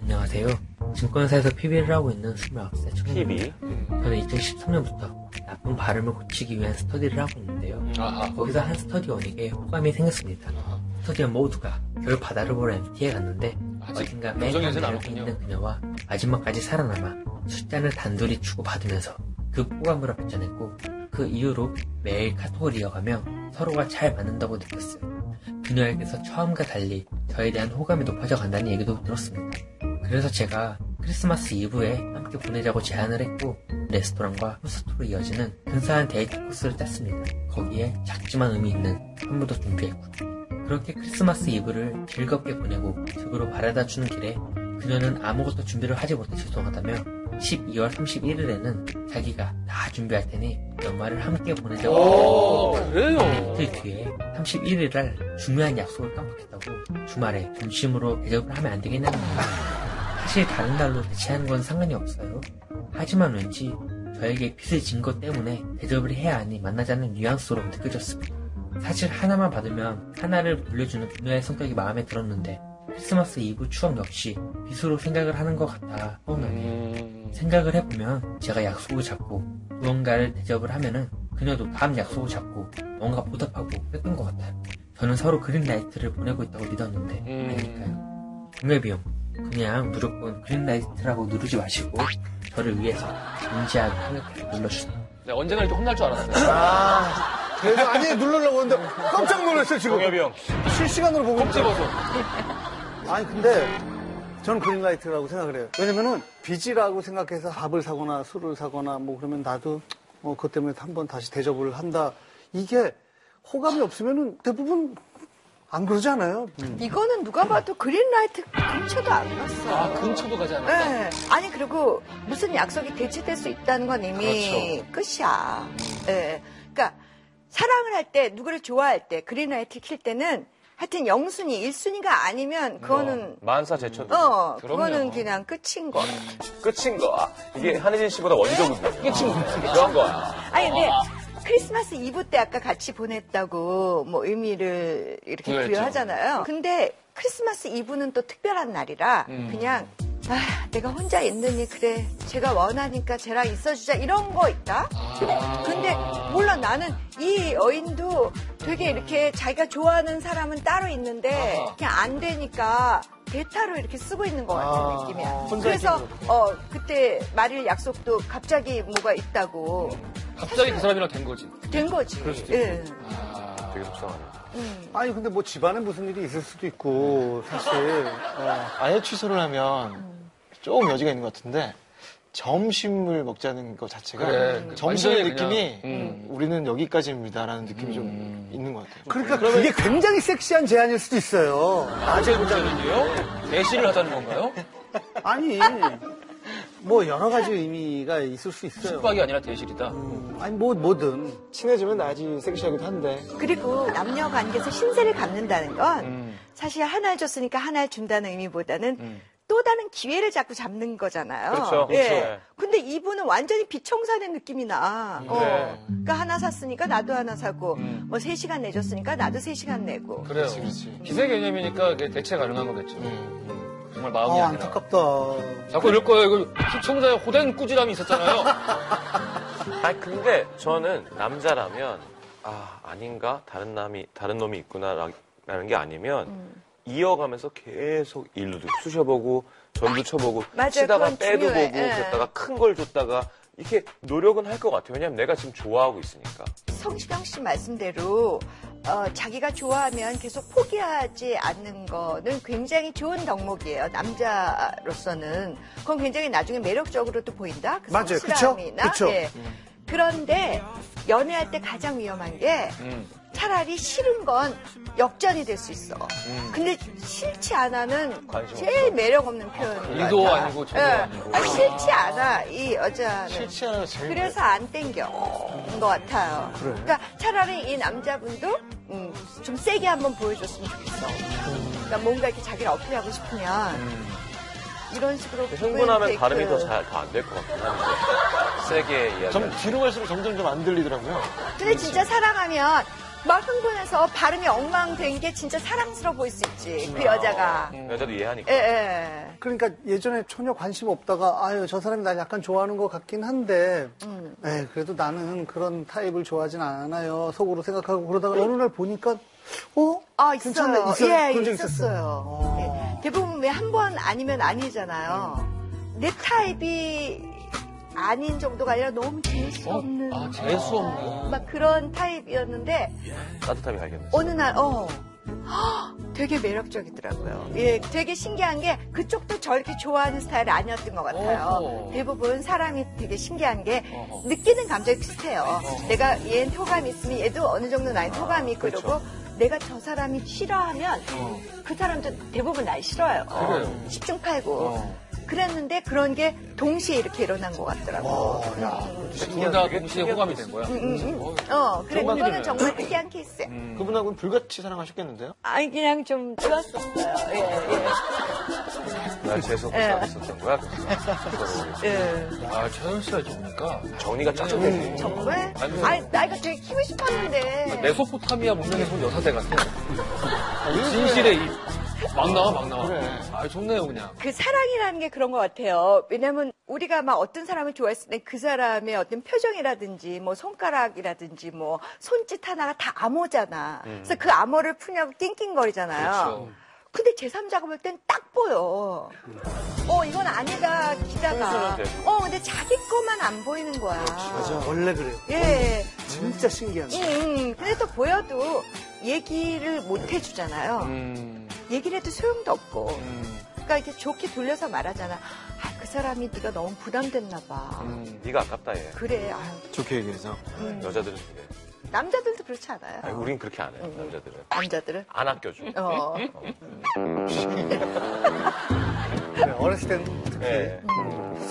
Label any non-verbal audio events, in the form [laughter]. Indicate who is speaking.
Speaker 1: 안녕하세요. 증권사에서 PB를 하고 있는 29세 청년입니다.
Speaker 2: TV.
Speaker 1: 저는 2013년부터 나쁜 발음을 고치기 위한 스터디를 하고 있는데요.
Speaker 2: 아하.
Speaker 1: 거기서 한 스터디원에게 호감이 생겼습니다. 스터디원 모두가 겨울 바다를 보러 MT에 갔는데
Speaker 2: 아직
Speaker 1: 어딘가
Speaker 2: 감정
Speaker 1: 맨날
Speaker 2: 연세
Speaker 1: 이렇게
Speaker 2: 남았군요.
Speaker 1: 있는 그녀와 마지막까지 살아남아 숫자를 단둘이 주고받으면서 그 호감을 합쳐냈고 그 이후로 매일 카톡을 이어가며 서로가 잘 맞는다고 느꼈어요. 그녀에게서 처음과 달리 저에 대한 호감이 높아져 간다는 얘기도 들었습니다. 그래서 제가 크리스마스 이브에 함께 보내자고 제안을 했고 레스토랑과 푸스토로 이어지는 근사한 데이트 코스를 짰습니다. 거기에 작지만 의미 있는 선물도 준비했고 그렇게 크리스마스 이브를 즐겁게 보내고 집으로 바래다 주는 길에 그녀는 아무것도 준비를 하지 못해 죄송하다며 12월 31일에는 자기가 다 준비할 테니 연말을 함께 보내자고
Speaker 2: 오,
Speaker 1: 근데
Speaker 2: 그래요.
Speaker 1: 이틀 뒤에 31일날 중요한 약속을 깜빡했다고 주말에 점심으로 대접을 하면 안 되겠냐는 거예요. 사실 다른 날로 대체하는 건 상관이 없어요. 하지만 왠지 저에게 빚을 진 것 때문에 대접을 해야 하니 만나자는 뉘앙스로 느껴졌습니다. 사실 하나만 받으면 하나를 돌려주는 그녀의 성격이 마음에 들었는데 크리스마스 이브 추억 역시 빚으로 생각을 하는 것 같아 서운하네요.
Speaker 2: 음,
Speaker 1: 생각을 해보면 제가 약속을 잡고 무언가를 대접을 하면은 그녀도 다음 약속을 잡고 뭔가 보답하고 했던 것 같아요. 저는 서로 그린라이트를 보내고 있다고 믿었는데
Speaker 2: 음.
Speaker 1: 아닐까요? 공예비용 그냥 무조건 그린라이트라고 누르지 마시고 저를 위해서 진지하게 생각해서 눌러주세요.
Speaker 2: 내가 언젠가 이렇게 혼날 줄 알았어요.
Speaker 3: 아, 그래서 아니 누르려고 했는데 깜짝 놀랐어요 지금.
Speaker 2: 동엽이 형.
Speaker 3: 실시간으로 보고
Speaker 2: 콕 집어서.
Speaker 3: 아니 근데 저는 그린라이트라고 생각을 해요. 왜냐면은 빚이라고 생각해서 밥을 사거나 술을 사거나 뭐 그러면 나도 뭐 그것 때문에 한번 다시 대접을 한다. 이게 호감이 없으면은 대부분 안 그러지 않아요?
Speaker 2: 음.
Speaker 4: 이거는 누가 봐도 그린라이트 근처도 안
Speaker 2: 아,
Speaker 4: 갔어.
Speaker 2: 근처도 가지 않았다.
Speaker 4: 네. 아니 그리고 무슨 약속이 대체될 수 있다는 건 이미
Speaker 2: 그렇죠.
Speaker 4: 끝이야.
Speaker 2: 음.
Speaker 4: 예. 그러니까 사랑을 할 때 누구를 좋아할 때 그린라이트 킬 때는 하여튼 영순위, 일순위가 아니면 그거는
Speaker 5: 만사 제천
Speaker 4: 어,
Speaker 2: 그럼요.
Speaker 4: 그거는 그냥 끝인 거.
Speaker 5: 끝인 거야. 이게 한혜진 씨보다 원조군요. 끝인 거야. 그런 거야.
Speaker 4: 아니 근데 크리스마스 이브 때 아까 같이 보냈다고 뭐 의미를 이렇게
Speaker 2: 그랬죠.
Speaker 4: 부여하잖아요. 근데 크리스마스 이브는 또 특별한 날이라
Speaker 3: 음.
Speaker 4: 그냥 아, 내가 혼자 있느니 그래 제가 원하니까 쟤랑 있어주자 이런 거 있다.
Speaker 3: 아.
Speaker 4: 근데 몰라 나는 이 여인도 되게 이렇게 자기가 좋아하는 사람은 따로 있는데 그냥 안 되니까 대타로 이렇게 쓰고 있는 것 같은
Speaker 3: 아.
Speaker 4: 느낌이야.
Speaker 3: 혼자
Speaker 4: 그래서 어 그때 말일 약속도 갑자기 뭐가 있다고
Speaker 3: 음.
Speaker 2: 갑자기 그 사람이랑 된 거지.
Speaker 4: 된 거지. 예.
Speaker 5: 아,
Speaker 4: 음.
Speaker 5: 되게 속상하네.
Speaker 3: 아니 근데 뭐 집안에 무슨 일이 있을 수도 있고 사실. 어.
Speaker 6: 아예 취소를
Speaker 4: 음.
Speaker 6: 하면 조금 여지가 있는 것 같은데 점심을 먹자는 것 자체가
Speaker 2: 그래, 그
Speaker 6: 점심의
Speaker 2: 완전히 그냥,
Speaker 6: 느낌이
Speaker 2: 음.
Speaker 6: 우리는 여기까지입니다라는 느낌이 좀 있는 것 같아요.
Speaker 3: 그러니까 그게 굉장히 섹시한 제안일 수도 있어요.
Speaker 2: 낮에 보자는데요? 대시를 하자는 건가요?
Speaker 3: 아니 뭐 여러 가지 의미가 있을 수 있어요.
Speaker 2: 숙박이 아니라 대실이다.
Speaker 3: 음, 아니 뭐 뭐든.
Speaker 6: 친해지면 낮이 섹시하기도 한데
Speaker 4: 그리고 남녀 관계에서 신세를 갚는다는 건
Speaker 5: 음.
Speaker 4: 사실 하나를 줬으니까 하나를 준다는 의미보다는 또 다른 기회를 자꾸 잡는 거잖아요.
Speaker 5: 그렇죠.
Speaker 4: 예.
Speaker 5: 그렇죠. 음.
Speaker 4: 근데 이분은 완전히 비청산의 느낌이 나. 어.
Speaker 5: 그래.
Speaker 4: 그러니까 하나 샀으니까 나도 하나 사고,
Speaker 5: 음.
Speaker 4: 뭐 세시간 내줬으니까 나도 세시간 내고.
Speaker 2: 그래요.
Speaker 6: 그렇지, 그렇지.
Speaker 2: 기세 개념이니까 이게 대체 가능한 거겠죠.
Speaker 5: 음,
Speaker 2: 정말 마음이
Speaker 3: 아
Speaker 2: 아니라.
Speaker 3: 안타깝다.
Speaker 2: 자꾸 이럴 거예요. 이거 시청자의 호된 꾸지람이 있었잖아요.
Speaker 5: 아니 근데 저는 남자라면 아 아닌가 다른 남이 다른 놈이 있구나라는 게 아니면
Speaker 4: 음.
Speaker 5: 이어가면서 계속 일로도 쑤셔보고 전도 쳐보고
Speaker 4: [laughs] 맞아요.
Speaker 5: 치다가
Speaker 4: 그건
Speaker 5: 빼도
Speaker 4: 중요해.
Speaker 5: 보고
Speaker 4: 예.
Speaker 5: 그랬다가 큰 걸 줬다가 이렇게 노력은 할 것 같아요. 왜냐면 내가 지금 좋아하고 있으니까.
Speaker 4: 성시경 씨 말씀대로 어, 자기가 좋아하면 계속 포기하지 않는 거는 굉장히 좋은 덕목이에요. 남자로서는 그건 굉장히 나중에 매력적으로도 보인다. 그
Speaker 3: 맞아요. 그쵸?
Speaker 4: 성실함이나
Speaker 3: 그쵸? 음.
Speaker 4: 예. 그런데 연애할 때 가장 위험한 게
Speaker 3: 음.
Speaker 4: 차라리 싫은 건 역전이 될 수 있어.
Speaker 3: 음.
Speaker 4: 근데 싫지 않아는
Speaker 5: 관심
Speaker 4: 제일 매력 없는 표현인 것
Speaker 2: 이도
Speaker 4: 같아.
Speaker 2: 아, 아니고 저도
Speaker 4: 예.
Speaker 2: 아니고.
Speaker 4: 아, 싫지 않아 이 여자는.
Speaker 6: 싫지 않아도 재밌는
Speaker 4: 그래서 안 땡겨 것 같아요. 그러니까 차라리 이 남자분도 음, 좀 세게 한번 보여줬으면 좋겠어. 그러니까 뭔가 이렇게 자기를 어필하고 싶으면 이런 식으로
Speaker 5: 음. 그 흥분하면
Speaker 4: 보여도
Speaker 5: 발음이
Speaker 4: 되고.
Speaker 5: 더 잘 안 될 것 같긴 한데 세게 이야기.
Speaker 6: 점 뒤로 갈수록 점점 좀 안 들리더라고요.
Speaker 4: 근데 진짜 사랑하면 막 흥분해서 발음이 엉망된 게 진짜 사랑스러워 보일 수 있지. 그 여자가.
Speaker 5: 어, 여자도 이해하니까.
Speaker 4: 예, 예.
Speaker 3: 그러니까 예전에 전혀 관심 없다가 아유 저 사람이 날 약간 좋아하는 것 같긴 한데
Speaker 4: 음.
Speaker 3: 에 그래도 나는 그런 타입을 좋아하진 않아요 속으로 생각하고 그러다가 어느 날 보니까 어
Speaker 4: 아,
Speaker 3: 괜찮네
Speaker 4: 있어요.
Speaker 3: 있어요?
Speaker 4: 예,
Speaker 3: 그런 적
Speaker 4: 있었어요.
Speaker 3: 어.
Speaker 4: 예. 대부분 왜 한 번 아니면 아니잖아요. 내 타입이 아닌 정도가 아니라 너무 재수 없는
Speaker 2: 아, 재수 없는.
Speaker 4: 막 그런 타입이었는데
Speaker 5: 따뜻함이 발견됐어요.
Speaker 4: 예. 어느 날 어. [gasps] 헉, 되게 매력적이더라고요. 예, 되게 신기한 게 그쪽도 저렇게 좋아하는 스타일이 아니었던 것 같아요.
Speaker 2: 어허.
Speaker 4: 대부분 사람이 되게 신기한 게
Speaker 2: 어허.
Speaker 4: 느끼는 감정이 비슷해요. 내가 얘는 호감이 있으면 얘도 어느 정도 나의 호감이 있고
Speaker 5: 그렇죠.
Speaker 4: 이러고 내가 저 사람이 싫어하면 그 사람도 대부분 날 싫어요.
Speaker 5: 아,
Speaker 2: 그래요.
Speaker 4: 십중 팔구. 그랬는데 그런 게 동시에 이렇게 일어난 것 같더라고요.
Speaker 2: 둘다 동시에 호감이 된 거야.
Speaker 4: 어, 그래,
Speaker 6: 좋은
Speaker 4: 그거는
Speaker 6: 일이네.
Speaker 4: 정말 특이한 케이스예요.
Speaker 6: 음.
Speaker 2: 음.
Speaker 6: 그분하고는 불같이 사랑하셨겠는데요?
Speaker 4: 아니, 그냥 좀 좋았었어요. 예, 예.
Speaker 5: 날 재수 없고
Speaker 4: 예.
Speaker 5: 있었던 거야. 그래서
Speaker 4: 예.
Speaker 2: 아, 최현 씨가 좋으니까.
Speaker 5: 정리가 쫙쫙 되네.
Speaker 4: 정말?
Speaker 2: 아니,
Speaker 4: 아니, 나 이거 되게 키고 싶었는데.
Speaker 2: 뭐 메소포타미아 문명의 손 여사대 같아. 진실의 입. 막 나와, 막 나와.
Speaker 6: 그래.
Speaker 2: 아, 좋네요, 그냥.
Speaker 4: 그 사랑이라는 게 그런 것 같아요. 왜냐면 우리가 막 어떤 사람을 좋아했을 때 그 사람의 어떤 표정이라든지 뭐 손가락이라든지 뭐 손짓 하나가 다 암호잖아. 그래서 그 암호를 푸냐고 낑낑거리잖아요.
Speaker 2: 그렇죠.
Speaker 4: 근데 제3자가 볼 땐 딱 보여. 어, 이건 아니다, 기다가.
Speaker 5: 선수는 되고.
Speaker 4: 어, 근데 자기 것만 안 보이는 거야.
Speaker 3: 맞아
Speaker 2: 그렇죠.
Speaker 3: 원래 그래요
Speaker 4: 예.
Speaker 3: 진짜 신기한 거
Speaker 4: 음, 근데 또 보여도 얘기를 못 해주잖아요.
Speaker 2: 음,
Speaker 4: 얘기를 해도 소용도 없고.
Speaker 2: 음,
Speaker 4: 그러니까 이렇게 좋게 돌려서 말하잖아. 아, 그 사람이 네가 너무 부담됐나 봐.
Speaker 2: 음.
Speaker 5: 네가 아깝다 얘.
Speaker 4: 그래. 아,
Speaker 6: 좋게 얘기해서.
Speaker 5: 여자들은 그래.
Speaker 4: 남자들도 그렇지 않아요.
Speaker 5: 아니, 우린 그렇게 안
Speaker 4: 음.
Speaker 5: 해요. 남자들은
Speaker 4: 남자들은.
Speaker 5: 안 아껴줘.
Speaker 4: 어.
Speaker 2: 음?
Speaker 3: 그래, 어렸을 땐
Speaker 5: 예.